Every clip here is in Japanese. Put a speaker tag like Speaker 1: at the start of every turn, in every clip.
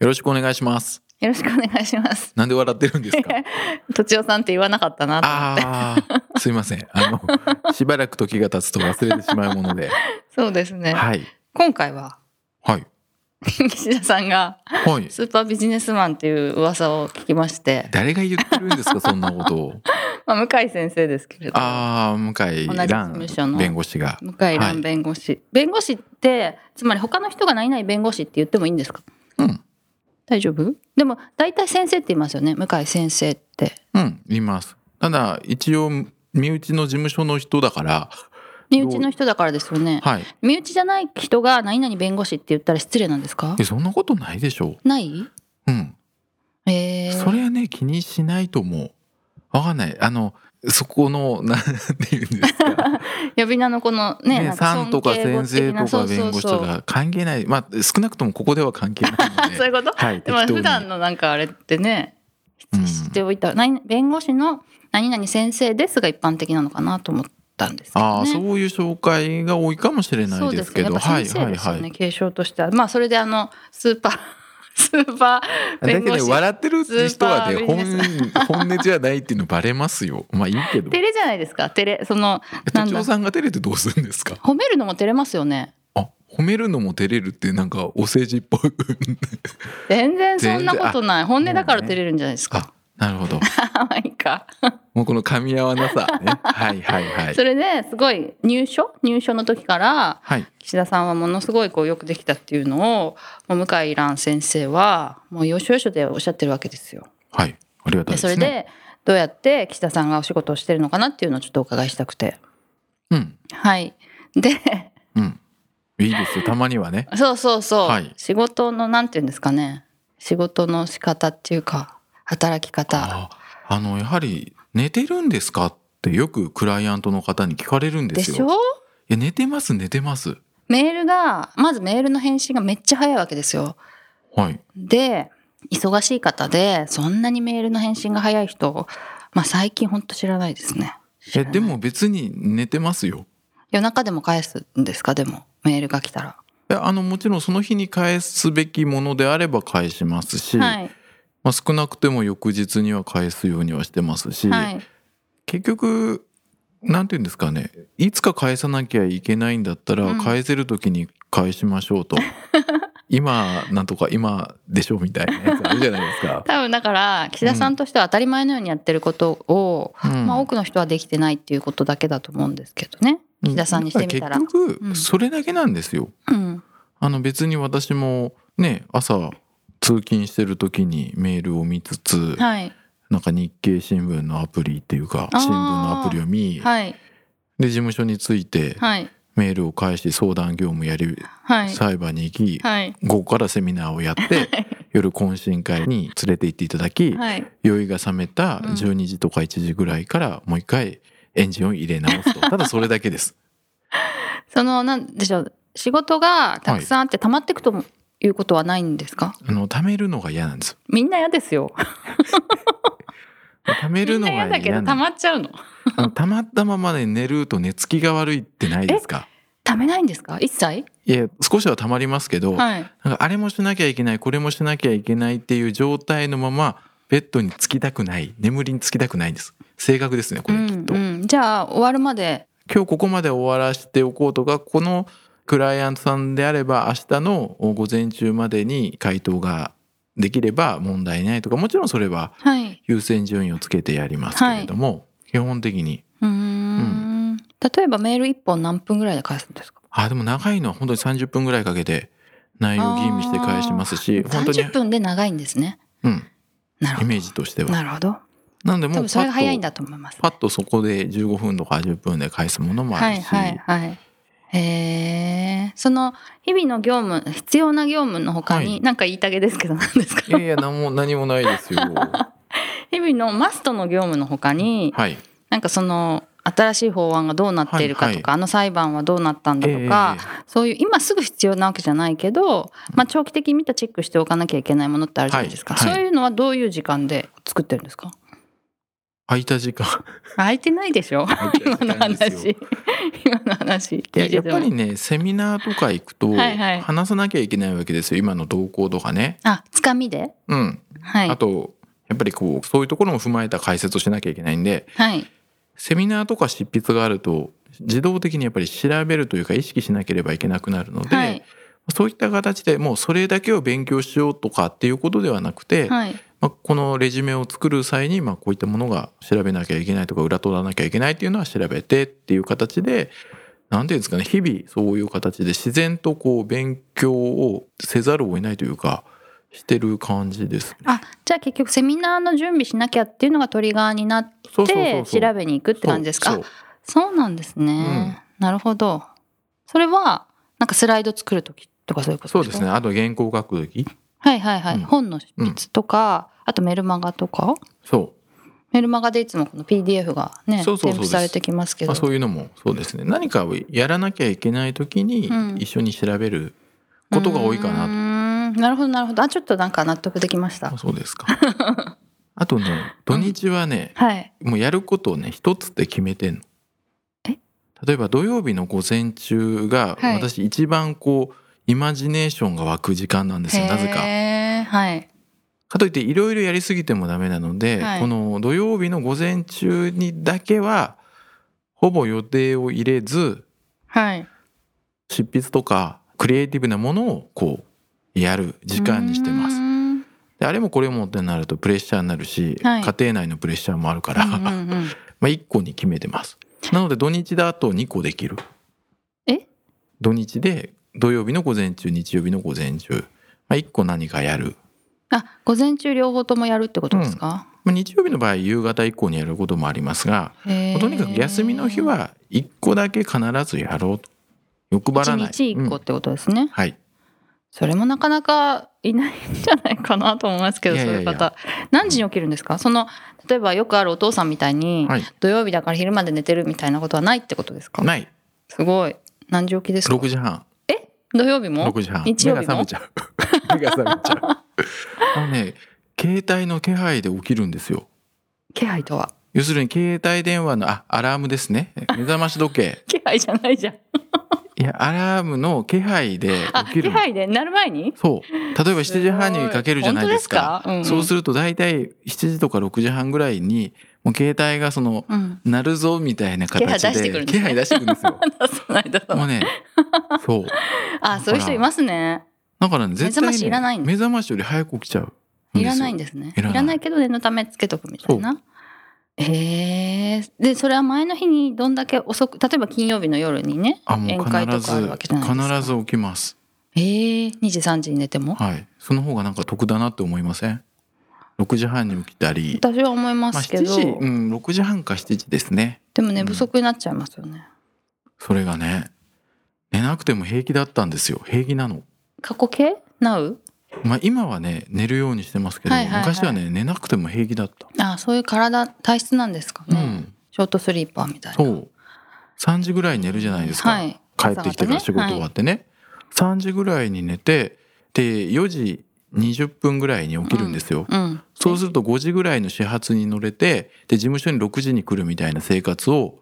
Speaker 1: よろしくお願いします
Speaker 2: よろしくお願いします
Speaker 1: なんで笑ってるんですか
Speaker 2: 土地尾さんって言わなかったなと
Speaker 1: ああ、すいませんあのしばらく時が経つと忘れてしまう もので
Speaker 2: そうですね、
Speaker 1: はい
Speaker 2: 今回は
Speaker 1: はい
Speaker 2: 岸田さんが
Speaker 1: はい
Speaker 2: スーパービジネスマンっていう噂を聞きまして、
Speaker 1: 誰が言ってるんですかそんなことを
Speaker 2: まあ、向井先生ですけれども
Speaker 1: ああ向井
Speaker 2: 同じ事務所
Speaker 1: 蘭
Speaker 2: の
Speaker 1: 弁護士が
Speaker 2: 向井蘭弁護士、弁護士ってつまり他の人が何々弁護士って言ってもいいんですか
Speaker 1: うん
Speaker 2: 大丈夫でも大体先生って言いますよね向井先生って
Speaker 1: うんいますただ一応身内の事務所の人だから
Speaker 2: 身内の人だからですよね
Speaker 1: はい
Speaker 2: 身内じゃない人が何々弁護士って言ったら失礼なんですか
Speaker 1: えそんなことないでしょ
Speaker 2: ない
Speaker 1: うんうん
Speaker 2: えー、
Speaker 1: それはね気にしないと思うわかんないあのそこのなんていうんですか
Speaker 2: 呼び名のこのね
Speaker 1: ね
Speaker 2: なんか
Speaker 1: さんとか
Speaker 2: 尊敬語
Speaker 1: 先生
Speaker 2: 的な
Speaker 1: とか弁護士
Speaker 2: そう
Speaker 1: と
Speaker 2: そうそう
Speaker 1: か関係ないまあ少なくともここでは関係ない の
Speaker 2: そうい
Speaker 1: で
Speaker 2: うこと
Speaker 1: はい
Speaker 2: でも
Speaker 1: 適当に
Speaker 2: 普段のなんかあれってね
Speaker 1: うん
Speaker 2: 知っておいた、何弁護士の何々先生ですが一般的なのかなと思ったんですけ
Speaker 1: あ
Speaker 2: ど
Speaker 1: あ
Speaker 2: ね。
Speaker 1: そういう紹介が多いかもしれな
Speaker 2: そ
Speaker 1: いうですけ
Speaker 2: ね
Speaker 1: ど
Speaker 2: やっぱ
Speaker 1: はい
Speaker 2: 先生
Speaker 1: はい
Speaker 2: ですよね、
Speaker 1: はい
Speaker 2: 継承としてはまあそれであのスーパ ースーパー
Speaker 1: だけ
Speaker 2: 弁護
Speaker 1: ど
Speaker 2: 士、
Speaker 1: ね笑ってる人はね
Speaker 2: スーパ
Speaker 1: 本
Speaker 2: ービジ
Speaker 1: 本音じゃないっていうのバレますよまあいいけど
Speaker 2: 照れじゃないですか照れそのなん
Speaker 1: 社
Speaker 2: だ
Speaker 1: 長さんが照れてどうするんですか
Speaker 2: 褒めるのも照れますよね
Speaker 1: あ褒めるのも照れるってなんかお世辞っ ぽい
Speaker 2: 全然そんなことない本音だから照れるんじゃないですか
Speaker 1: あなるほど
Speaker 2: 可愛いか
Speaker 1: もうこの噛み合わなさ ねはいはいはい
Speaker 2: それですごい入所入所の時から
Speaker 1: はい
Speaker 2: 岸田さんはものすごいこうよくできたっていうのをもう向井蘭先生はもうよしよしでおっしゃってるわけですよ。
Speaker 1: はいありが
Speaker 2: で
Speaker 1: たいで
Speaker 2: そ
Speaker 1: す
Speaker 2: れ
Speaker 1: ね
Speaker 2: でどうやって岸田さんがお仕事をしてるのかなっていうのをちょっとお伺いしたくて。
Speaker 1: うん
Speaker 2: はい、で
Speaker 1: うんいいですよたまにはね
Speaker 2: そうそうそう、
Speaker 1: はい
Speaker 2: 仕事のなんていうんですかね仕事の仕方っていうか働き方
Speaker 1: ああのやはり寝てるんですかってよくクライアントの方に聞かれるんで
Speaker 2: です
Speaker 1: よ。
Speaker 2: しょ
Speaker 1: いや寝てます寝てます。
Speaker 2: メールがまずメールの返信がめっちゃ早いわけですよ。
Speaker 1: はい。
Speaker 2: で忙しい方でそんなにメールの返信が早い人、まあ、最近ほんと知らないですね。知ら
Speaker 1: え
Speaker 2: ない
Speaker 1: でも別に寝てますよ。
Speaker 2: 夜中でも返すんですかでもメールが来たら。
Speaker 1: いやあのもちろんその日に返すべきものであれば返しますし、
Speaker 2: はい
Speaker 1: まあ、少なくても翌日には返すようにはしてますし、
Speaker 2: はい
Speaker 1: 結局なんて言うんですかねいつか返さなきゃいけないんだったら、
Speaker 2: うん。
Speaker 1: 返せる時に返しましょうと今なんとか今でしょみたいなやつあるじゃないですか
Speaker 2: 多分だから岸田さんとしては当たり前のようにやってることを、
Speaker 1: うん
Speaker 2: まあ、多くの人はできてないっていうことだけだと思うんですけどね岸田さんにしてみたら。
Speaker 1: 結局、
Speaker 2: うん
Speaker 1: それだけなんですよ
Speaker 2: うん
Speaker 1: あの別に私もね朝通勤してる時にメールを見つつ、
Speaker 2: はい
Speaker 1: なんか日経新聞のアプリっていうか
Speaker 2: あー
Speaker 1: 新聞のアプリを見、
Speaker 2: はい
Speaker 1: で事務所に着いて
Speaker 2: はい
Speaker 1: メールを返し相談業務やり、
Speaker 2: はい
Speaker 1: 裁判に行き、
Speaker 2: はい
Speaker 1: 午後からセミナーをやって 夜懇親会に連れて行っていただき、
Speaker 2: はい
Speaker 1: 酔いが覚めた
Speaker 2: うん
Speaker 1: 12時とか1時ぐらいからもう一回エンジンを入れ直すと、ただそれだけです。
Speaker 2: そのなんでしょう仕事がたくさんあって溜まっていくということはないんですか、
Speaker 1: あの貯めるのが嫌なんです
Speaker 2: みんな嫌ですよ。
Speaker 1: 溜め
Speaker 2: み
Speaker 1: る
Speaker 2: ん
Speaker 1: の
Speaker 2: な嫌
Speaker 1: が嫌
Speaker 2: だけど溜
Speaker 1: な
Speaker 2: まっちゃうの。
Speaker 1: あのたまったままで寝ると寝つきが悪いってないですか
Speaker 2: 溜めないんですか一切
Speaker 1: いや少しはたまりますけど、
Speaker 2: はい。
Speaker 1: なんかあれもしなきゃいけないこれもしなきゃいけないっていう状態のままベッドにつきたくない眠りにつきたくないんです正確ですねこ
Speaker 2: う
Speaker 1: れ
Speaker 2: ん
Speaker 1: きっと、
Speaker 2: うん、じゃあ終わるまで
Speaker 1: 今日ここまで終わらせておこうとかこのクライアントさんであれば明日の午前中までに回答ができれば問題ないとかもちろんそれは
Speaker 2: はい。
Speaker 1: 優先順位をつけてやりますけれども、基本的に
Speaker 2: うーん例えばメール一本何分ぐらいで返すんですか。
Speaker 1: あでも長いのは本当に30分ぐらいかけて内容を吟味して返しますし本
Speaker 2: 三
Speaker 1: 当に
Speaker 2: 十、分で長いんですね。
Speaker 1: うん、
Speaker 2: なる
Speaker 1: イ
Speaker 2: ほ
Speaker 1: メージとして
Speaker 2: ど。
Speaker 1: は。
Speaker 2: なるほど。
Speaker 1: なのでも
Speaker 2: 多
Speaker 1: う
Speaker 2: 分それが早いん
Speaker 1: パッと
Speaker 2: だと思います。
Speaker 1: パッとそこで15分とか10分で返すものもあ
Speaker 2: は
Speaker 1: る
Speaker 2: い
Speaker 1: し、
Speaker 2: はいはい。へえその日々の業務必要な業務の他に、
Speaker 1: はい
Speaker 2: なんか言いたげですけど何ですか
Speaker 1: いやいや何も何もな いですよ
Speaker 2: 日々のマストの業務の他に、
Speaker 1: はい
Speaker 2: なんかその新しい法案がどうなっているかとか、
Speaker 1: はいは
Speaker 2: あの裁判はどうなったんだとか、そういう今すぐ必要なわけじゃないけど、まあ、長期的に見たチェックしておかなきゃいけないものってあるじゃないですか、
Speaker 1: はいはい
Speaker 2: そういうのはどういう時間で作ってるんですか
Speaker 1: 空いた時間
Speaker 2: 空いてないでしょ
Speaker 1: 空いた時
Speaker 2: 今
Speaker 1: 間
Speaker 2: の
Speaker 1: ですよ
Speaker 2: 話今の話
Speaker 1: い
Speaker 2: 聞
Speaker 1: や
Speaker 2: い
Speaker 1: や
Speaker 2: て
Speaker 1: ってぱ
Speaker 2: も
Speaker 1: りねセミナーとか行くと
Speaker 2: はいはい
Speaker 1: 話さなきゃいけないわけですよ今の動向とかね。
Speaker 2: あつかみで
Speaker 1: うん、
Speaker 2: はい
Speaker 1: あとやっぱりこうそういうところも踏まえた解説をしなきゃいけないんで
Speaker 2: はい
Speaker 1: セミナーとか執筆があると自動的にやっぱり調べるというか意識しなければいけなくなるので、
Speaker 2: はい
Speaker 1: そういった形でもうそれだけを勉強しようとかっていうことではなくて、
Speaker 2: はい
Speaker 1: まあ、このレジュメを作る際にまあこういったものが調べなきゃいけないとか裏取らなきゃいけないっていうのは調べてっていう形で何ていうんですかね日々そういう形で自然とこう勉強をせざるを得ないというかしてる感じです。
Speaker 2: あじゃあ結局セミナーの準備しなきゃっていうのがトリガーになっ
Speaker 1: そうそうそ
Speaker 2: て
Speaker 1: うそう
Speaker 2: 調べに行くって感じですか
Speaker 1: そう
Speaker 2: あそうなんですね、なるほどそれはなんかスライド作る時とかそういうこと
Speaker 1: そう
Speaker 2: です
Speaker 1: で
Speaker 2: か
Speaker 1: すねあと原稿書く時
Speaker 2: はいはいはい、
Speaker 1: うん
Speaker 2: 本の執筆とか、あとメルマガとか
Speaker 1: そ
Speaker 2: メルマガでいつもこの PDF がね
Speaker 1: そうそ
Speaker 2: 添
Speaker 1: うそうで
Speaker 2: 付
Speaker 1: す
Speaker 2: されてきます
Speaker 1: う、
Speaker 2: けど、
Speaker 1: まあ、そういうのもそうですね何かをやらなきゃいけない時に
Speaker 2: うん
Speaker 1: 一緒に調べることが多いかなと
Speaker 2: うーんなるほどなるほどあちょっとなんか納得できました
Speaker 1: あそうですか。 あとね、土日はね、
Speaker 2: はい
Speaker 1: もうやることをね、一つって決めてんの
Speaker 2: え。
Speaker 1: 例えば土曜日の午前中が、
Speaker 2: はい
Speaker 1: 私一番こう、イマジネーションが湧く時間なんですよ、なぜか。
Speaker 2: へーはい
Speaker 1: かといっていろいろやりすぎてもダメなので、
Speaker 2: はい
Speaker 1: この土曜日の午前中にだけは、ほぼ予定を入れず、
Speaker 2: はい
Speaker 1: 執筆とかクリエイティブなものをこう、やる時間にしてます
Speaker 2: うー。ん
Speaker 1: であれもこれもってなるとプレッシャーになるし、
Speaker 2: はい
Speaker 1: 家庭内のプレッシャーもあるから、
Speaker 2: うんう
Speaker 1: ま
Speaker 2: ん うん
Speaker 1: あ1個に決めてますなので土日だと2個できる
Speaker 2: え
Speaker 1: 土日で土曜日の午前中日曜日の午前中、まあ、1個何かやる、
Speaker 2: あ午前中両方ともやるってことですか、
Speaker 1: まあ、日曜日の場合夕方以降にやることもありますが、
Speaker 2: へー
Speaker 1: とにかく休みの日は1個だけ必ずやろうと欲張らない
Speaker 2: 一日一個
Speaker 1: う
Speaker 2: っ
Speaker 1: ん
Speaker 2: てことですね、
Speaker 1: はい
Speaker 2: それもなかなかいないんじゃないかなと思いますけど
Speaker 1: いやいやいや
Speaker 2: そういう方何時に起きるんですかその例えばよくあるお父さんみたいに、
Speaker 1: はい
Speaker 2: 土曜日だから昼まで寝てるみたいなことはないってことですか
Speaker 1: ない
Speaker 2: すごい何時起きですか
Speaker 1: 6時半
Speaker 2: 土曜日も
Speaker 1: 6時半
Speaker 2: 日曜
Speaker 1: 目
Speaker 2: 日
Speaker 1: が覚
Speaker 2: も
Speaker 1: めちゃう 目が覚めちゃうあのね携帯の気配で起きるんですよ
Speaker 2: 気配とは
Speaker 1: 要するに携帯電話のあアラームですね目覚まし時計
Speaker 2: 気配じゃないじゃん
Speaker 1: いやアラームの気配で
Speaker 2: あ
Speaker 1: 起き
Speaker 2: 気
Speaker 1: る
Speaker 2: 配でなる前に
Speaker 1: そう例えば7時半にかけるじゃないです
Speaker 2: 本
Speaker 1: か
Speaker 2: 当ですか、
Speaker 1: そうす
Speaker 2: る
Speaker 1: ると大体7時とか6時半ぐらいにもう携帯がその
Speaker 2: うん
Speaker 1: 鳴るぞみたいな
Speaker 2: 気配
Speaker 1: 形
Speaker 2: 出してくるんで
Speaker 1: で
Speaker 2: すね
Speaker 1: 気配出してくるん ですよ
Speaker 2: 出さない出さ
Speaker 1: も
Speaker 2: な
Speaker 1: う
Speaker 2: い
Speaker 1: ねそう
Speaker 2: あそういう人いますね
Speaker 1: だからね絶対
Speaker 2: 目覚
Speaker 1: ね
Speaker 2: ましいらないんだ
Speaker 1: 目覚ましより早く起きちゃうんですよ
Speaker 2: いらないんですねい
Speaker 1: い
Speaker 2: ら
Speaker 1: ら
Speaker 2: な
Speaker 1: ないい
Speaker 2: けど念のためつけとくみたいなへえでそれは前の日にどんだけ遅く例えば金曜日の夜にね
Speaker 1: あもう
Speaker 2: 宴会
Speaker 1: 必
Speaker 2: とかある
Speaker 1: ず
Speaker 2: わけじゃないですか
Speaker 1: 必ず起きます
Speaker 2: ええ2時3時に寝ても
Speaker 1: はいその方がなんか得だなって思いません6時半に起きたり
Speaker 2: 私は思いま
Speaker 1: まあ、
Speaker 2: すけど、
Speaker 1: 7時、うん、6時半か7時ですね。
Speaker 2: でも寝
Speaker 1: うん
Speaker 2: 不足になっちゃいますよね、
Speaker 1: それがね、寝なくても平気だったんですよ。平気なの。
Speaker 2: 過去形なう
Speaker 1: まあ、今はね、寝るようにしてますけど、
Speaker 2: はいはいはい
Speaker 1: 昔はね、寝なくても平気だった。
Speaker 2: あそういう体体質なんですか
Speaker 1: う
Speaker 2: ね、
Speaker 1: ん、
Speaker 2: ショートスリーパーみたいな
Speaker 1: そう。3時ぐらいに寝るじゃないですか。
Speaker 2: はい、
Speaker 1: 帰ってきてから仕事終わ
Speaker 2: っ
Speaker 1: ってね。3時ぐらいに寝て、で、4時20分ぐらいに起きるんですよ。
Speaker 2: て、はいうん、
Speaker 1: そうすると5時ぐらいの始発に乗れて、で、事務所に6時に来るみたいな生活を、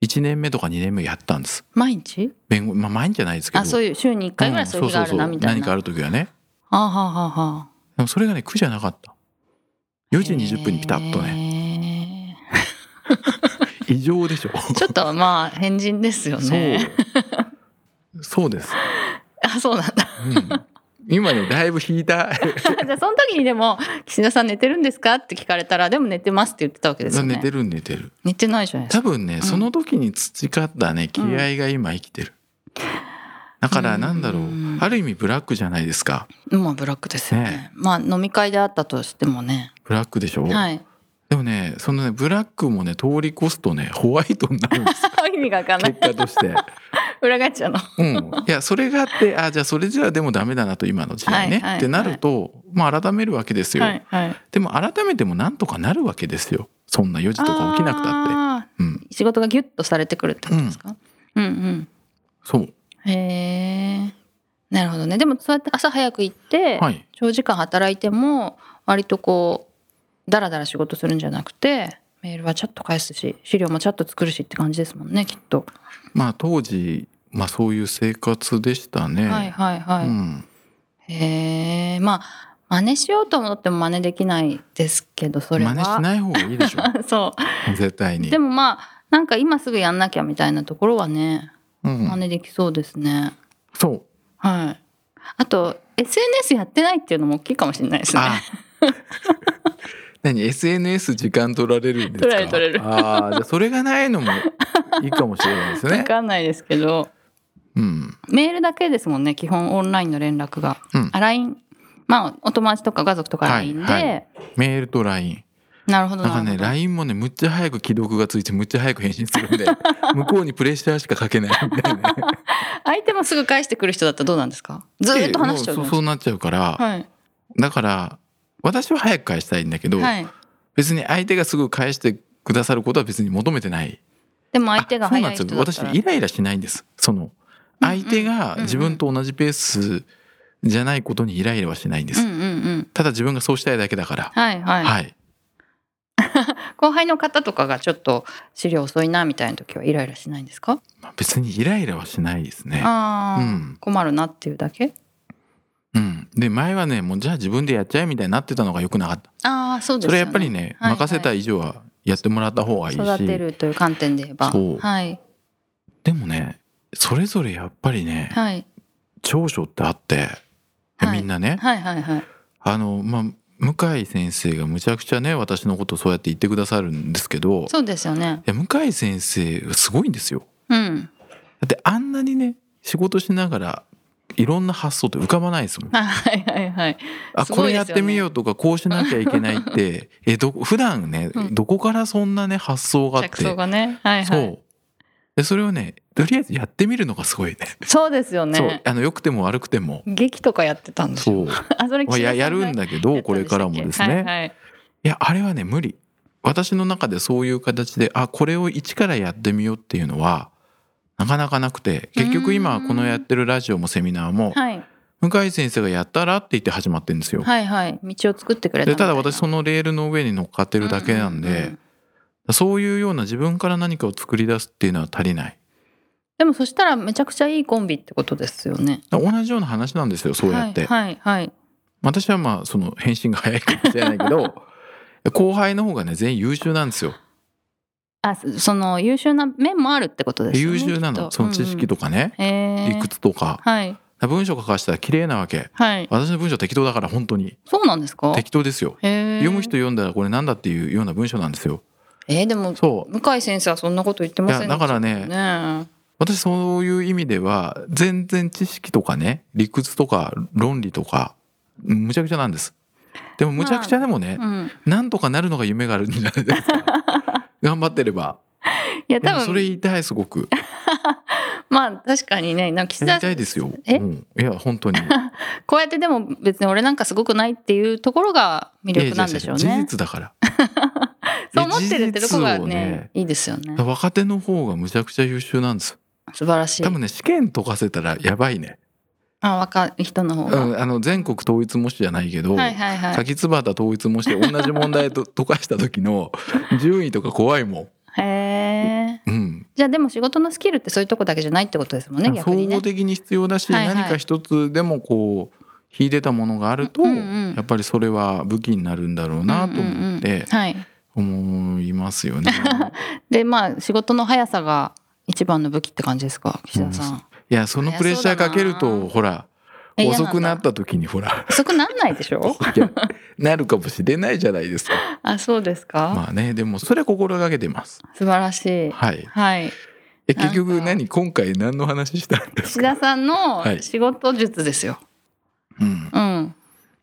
Speaker 1: 1年目とか2年目やったんです。
Speaker 2: 毎日
Speaker 1: 弁護まあ毎日じゃないですけど
Speaker 2: あそういう週に1回ぐらいそういう日があるなみたい
Speaker 1: うんそうそうそう何か
Speaker 2: な、
Speaker 1: ある時はね
Speaker 2: あはあはあはあ
Speaker 1: でもそれがね苦じゃなかった4時20分にピタッとね
Speaker 2: ね。
Speaker 1: 異常でしょ
Speaker 2: ちょっとまあ変人ですよね。
Speaker 1: そうそうです、
Speaker 2: あそうなんだ。
Speaker 1: うん、今ねだいぶ引いた
Speaker 2: じゃあその時にでも「岸田さん寝てるんですか?」って聞かれたら「でも寝てます」って言ってたわけですよね。
Speaker 1: 寝てる寝てる
Speaker 2: 寝てないじゃないです
Speaker 1: 多
Speaker 2: か。
Speaker 1: 分ね、
Speaker 2: ん
Speaker 1: その時に培ったね気合が今生きてる、だからなんだろう、
Speaker 2: うん
Speaker 1: ある意味ブラックじゃないですか
Speaker 2: まあブラックですよね。
Speaker 1: ね
Speaker 2: まあ飲み会であったとしてもね。
Speaker 1: ブラックでしょ、
Speaker 2: はい。
Speaker 1: でもねそ のねブラックもね通り越すとねホワイトになるんです
Speaker 2: 意味がわかんない
Speaker 1: 結。果として
Speaker 2: 裏返っちゃうの。
Speaker 1: うん、いやそれがあってあじゃあそれじゃあでもダメだなと今の時代ね、
Speaker 2: はいはいはい
Speaker 1: ってなると、まあ、改めるわけですよ、
Speaker 2: はいはい。
Speaker 1: でも改めてもなんとかなるわけですよそんな4時とか起きなくたって
Speaker 2: あ
Speaker 1: うん
Speaker 2: ー仕事がギュッとされてくるってことですか、うん、うん
Speaker 1: そう
Speaker 2: へえ。なるほどね。でもそうやって朝早く行って、
Speaker 1: はい
Speaker 2: 長時間働いても割とこうだらだら仕事するんじゃなくてメールはチャット返すし資料もチャット作るしって感じですもんねきっと、
Speaker 1: まあ当時、まあ、そういう生活でしたね、
Speaker 2: はいはいはい、
Speaker 1: うん、
Speaker 2: へえまあ真似しようと思っても真似できないですけどそれは
Speaker 1: 真似しない方がいい でしょ
Speaker 2: そ
Speaker 1: 絶対
Speaker 2: う
Speaker 1: に
Speaker 2: でもまあなんか今すぐやんなきゃみたいなところはね
Speaker 1: う
Speaker 2: 真
Speaker 1: ん、
Speaker 2: 似できそうですね、
Speaker 1: そう
Speaker 2: はいあと SNS やってないっていうのも大きいかもしれないですね
Speaker 1: あ 何 SNS 時間取られるんですか
Speaker 2: 取られる取られる
Speaker 1: ああじゃあそれがないのもいいかもしれないです
Speaker 2: わ
Speaker 1: ね
Speaker 2: かんないですけど
Speaker 1: うん
Speaker 2: メールだけですもんね基本オンラインの連絡が、
Speaker 1: うん
Speaker 2: あ LINE まあお友達とか家族とか
Speaker 1: はい
Speaker 2: LINE で、
Speaker 1: はいメールと LINE
Speaker 2: なるほど
Speaker 1: なん
Speaker 2: な
Speaker 1: か
Speaker 2: るほ
Speaker 1: ね、
Speaker 2: ど
Speaker 1: LINE もね、むっちゃ早く既読がついて、むっちゃ早く返信するん で、向こうにプレッシャーしかかけないみたいなね。
Speaker 2: 相手もすぐ返してくる人だったらどうなんですか ずーっと話しちゃうじ
Speaker 1: も
Speaker 2: ゃな
Speaker 1: そ
Speaker 2: い
Speaker 1: そ
Speaker 2: で
Speaker 1: うなっちゃうから、
Speaker 2: すかはい
Speaker 1: だから、私は早く返したいんだけど、
Speaker 2: はい
Speaker 1: 別に相手がすぐ返してくださることは別に求めてない。
Speaker 2: でも相手が
Speaker 1: あそうな
Speaker 2: 早
Speaker 1: ん
Speaker 2: い
Speaker 1: です
Speaker 2: 人
Speaker 1: よ
Speaker 2: だった
Speaker 1: 私
Speaker 2: ら
Speaker 1: ねイライラしないんです。その、相手が自分と同じペースじゃないことにイライラはしないんです。
Speaker 2: うんうんうん
Speaker 1: ただ自分がそうしたいだけだから。
Speaker 2: はいはい、
Speaker 1: はい。
Speaker 2: 後輩の方とかがちょっと資料遅いなみたいな時はイライラしないんですか、
Speaker 1: まあ別にイライラはしないですね。
Speaker 2: ああ、
Speaker 1: うん
Speaker 2: 困るなっていうだけ
Speaker 1: うん。で、前はね、もうじゃあ自分でやっちゃえみたいになってたのが良くなかった。
Speaker 2: ああそうです
Speaker 1: そ
Speaker 2: よね
Speaker 1: れやっぱりね、
Speaker 2: はいはい
Speaker 1: 任せた以上はやってもらった方がいいし
Speaker 2: 育てるという観点で言えば
Speaker 1: そう
Speaker 2: はい
Speaker 1: でもねそれぞれやっぱりね
Speaker 2: はい
Speaker 1: 長所ってあって、
Speaker 2: はい
Speaker 1: みんなね、
Speaker 2: はいはいはい
Speaker 1: あのまあ向井先生がむちゃくちゃね私のことそうやって言ってくださるんですけどい
Speaker 2: そうですよね
Speaker 1: や向井先生がすごいんですよ
Speaker 2: うん
Speaker 1: だってあんなにね仕事しながらいろんな発想って浮かばないですもん。
Speaker 2: はいはいはい
Speaker 1: あ
Speaker 2: す
Speaker 1: こ
Speaker 2: ごい
Speaker 1: れ
Speaker 2: ですよ
Speaker 1: やっ
Speaker 2: ね
Speaker 1: てみようとかこうしなきゃいけないって えどこ普段ね、
Speaker 2: うん
Speaker 1: どこからそんなね発想があっ
Speaker 2: 着
Speaker 1: て
Speaker 2: 想がねはいは
Speaker 1: そ。
Speaker 2: いう
Speaker 1: で、それをね、とりあえずやってみるのがすごいね。
Speaker 2: そうですよ
Speaker 1: そう
Speaker 2: ね。
Speaker 1: あの、良くても悪くても。
Speaker 2: 劇とかやってたんですよ
Speaker 1: そう。
Speaker 2: あそれ
Speaker 1: まあ、
Speaker 2: 岸田
Speaker 1: や、
Speaker 2: さん
Speaker 1: やる
Speaker 2: が
Speaker 1: んだけ
Speaker 2: や
Speaker 1: ど、
Speaker 2: った
Speaker 1: こ
Speaker 2: ん
Speaker 1: れ
Speaker 2: でした
Speaker 1: か
Speaker 2: っけ
Speaker 1: らもですね。
Speaker 2: はい
Speaker 1: い
Speaker 2: はい
Speaker 1: や、あれはね、無理。私の中でそういう形で、あ、これを一からやってみようっていうのは、なかなかなくて、結局今、このやってるラジオもセミナーも、
Speaker 2: はい
Speaker 1: 向井先生がやったらって言って始まってるんですよ。
Speaker 2: はいはい道を作ってくれた
Speaker 1: で
Speaker 2: みた
Speaker 1: た
Speaker 2: いな
Speaker 1: だ私そのレールの上に乗っかってるだけなんで、
Speaker 2: うううん
Speaker 1: そういうような自分から何かを作り出すっていうのは足りない
Speaker 2: でもそしたらめちゃくちゃいいコンビってことですよね。
Speaker 1: だから同じような話なんですよそうやって、
Speaker 2: はいはい、はい、
Speaker 1: 私はまあその返信が早いかもしれない けど後輩の方がね全員優秀なんですよ
Speaker 2: あそその優秀な面もあるってことですよね。
Speaker 1: 優秀なのその知識
Speaker 2: と、
Speaker 1: とかね、
Speaker 2: うんうんへー
Speaker 1: 理屈とか
Speaker 2: はい
Speaker 1: 文章書かせたら綺麗なわけ
Speaker 2: はい
Speaker 1: 私の文章適当だから本当に
Speaker 2: そうなんですか。
Speaker 1: 適当ですよ
Speaker 2: へー
Speaker 1: 読む人読んだらこれなんだっていうような文章なんですよ
Speaker 2: えー、でも
Speaker 1: そう
Speaker 2: 向井先生はそんなこと言ってませんでした
Speaker 1: いやだからね
Speaker 2: もんね
Speaker 1: 私そういう意味では全然知識とかね理屈とか論理とかむちゃくちゃなんですでもむちゃくちゃでもね、
Speaker 2: うん、
Speaker 1: なんとかなるのが夢があるんじゃないで すか頑張ってれば
Speaker 2: いや
Speaker 1: で
Speaker 2: 多
Speaker 1: も
Speaker 2: 分
Speaker 1: それ言いたいすごく
Speaker 2: まあ確かにねなんか岸
Speaker 1: や
Speaker 2: 田
Speaker 1: りたいですよ。
Speaker 2: え
Speaker 1: うん、いや 本当に。
Speaker 2: こうやってでも別に俺なんかすごくないっていうところが魅力なんでしょう
Speaker 1: いやいやいや
Speaker 2: ね
Speaker 1: 事。実だから。
Speaker 2: そう思ってるってとこが
Speaker 1: 事実を
Speaker 2: ね
Speaker 1: ね
Speaker 2: いいですよね。
Speaker 1: 若手の方がむちゃくちゃ優秀なんです。
Speaker 2: 素晴らしい
Speaker 1: 多。分ね試験解かせたらやばいね。
Speaker 2: あ若い人の方
Speaker 1: う
Speaker 2: が。
Speaker 1: ん、あの全国統一模試じゃないけど。
Speaker 2: はいはいはい。
Speaker 1: 柿つばた統一模試で同じ問 題と解かした時の順位とか怖いも
Speaker 2: へえ。
Speaker 1: ん。うん。
Speaker 2: じゃあでも仕事のスキルってそういうとこだけじゃないってことですもんね
Speaker 1: 総
Speaker 2: 逆にね
Speaker 1: 合。的に必要だし、
Speaker 2: はいはい
Speaker 1: 何か一つでもこう秀でたものがあると、
Speaker 2: うんうんうん
Speaker 1: やっぱりそれは武器になるんだろうなと思っ
Speaker 2: うんうんうん
Speaker 1: て
Speaker 2: はい。
Speaker 1: 思いま すよね。
Speaker 2: でまあ仕事の速さが一番の武器って感じですか岸田さん。
Speaker 1: いやそのプレッシャーかける
Speaker 2: いやそうだ
Speaker 1: と
Speaker 2: な
Speaker 1: ほら
Speaker 2: え嫌なんだ
Speaker 1: 遅くなった時にほら
Speaker 2: 遅くなんないでしょ
Speaker 1: いやなるかもしれないじゃないですか
Speaker 2: あそうですか、
Speaker 1: まあねでもそれは心がけてます
Speaker 2: 素晴らしい。
Speaker 1: はい
Speaker 2: はい。
Speaker 1: え結
Speaker 2: な
Speaker 1: 局
Speaker 2: んか
Speaker 1: 何今回何の話したんです
Speaker 2: 岸
Speaker 1: か
Speaker 2: 田さんの
Speaker 1: はい
Speaker 2: 仕事術ですよ。
Speaker 1: うん
Speaker 2: うん。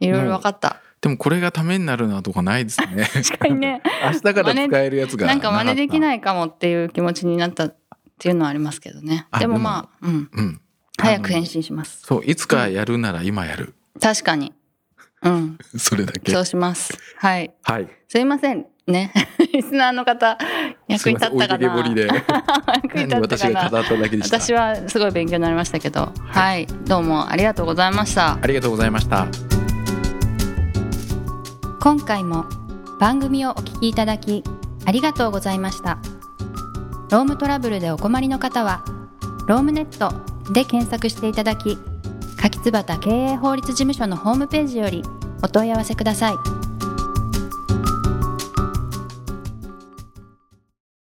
Speaker 2: いろいろ分かった。
Speaker 1: でもこれがためになるなとかないですね
Speaker 2: 確かにね。
Speaker 1: 明日から使えるやつが
Speaker 2: なんか真似できないいかもっていう気持ちになったっていうのはありますけどね
Speaker 1: あ
Speaker 2: でも
Speaker 1: でも
Speaker 2: まあうん
Speaker 1: うん。
Speaker 2: 早く返信します
Speaker 1: そう、いつかやるなら今やる。
Speaker 2: 確かにうん
Speaker 1: それだけ。
Speaker 2: そ
Speaker 1: は
Speaker 2: うしますはい
Speaker 1: い。
Speaker 2: すいませんね リスナーの方役に立ったか
Speaker 1: すいま
Speaker 2: な
Speaker 1: せん置いてけぼりで。
Speaker 2: 役に
Speaker 1: 何
Speaker 2: 立っ
Speaker 1: 私
Speaker 2: たか
Speaker 1: が
Speaker 2: な
Speaker 1: 語っただけでした。
Speaker 2: 私はすごい勉強になりましたけどはい、どうもありがとうございました
Speaker 1: ありがとうございました。
Speaker 2: 今回も番組をお聞きいただきありがとうございましたロームトラブルでお困りの方は「ロームネット」で検索していただき柿椿経営法律事務所のホームページよりお問い合わせください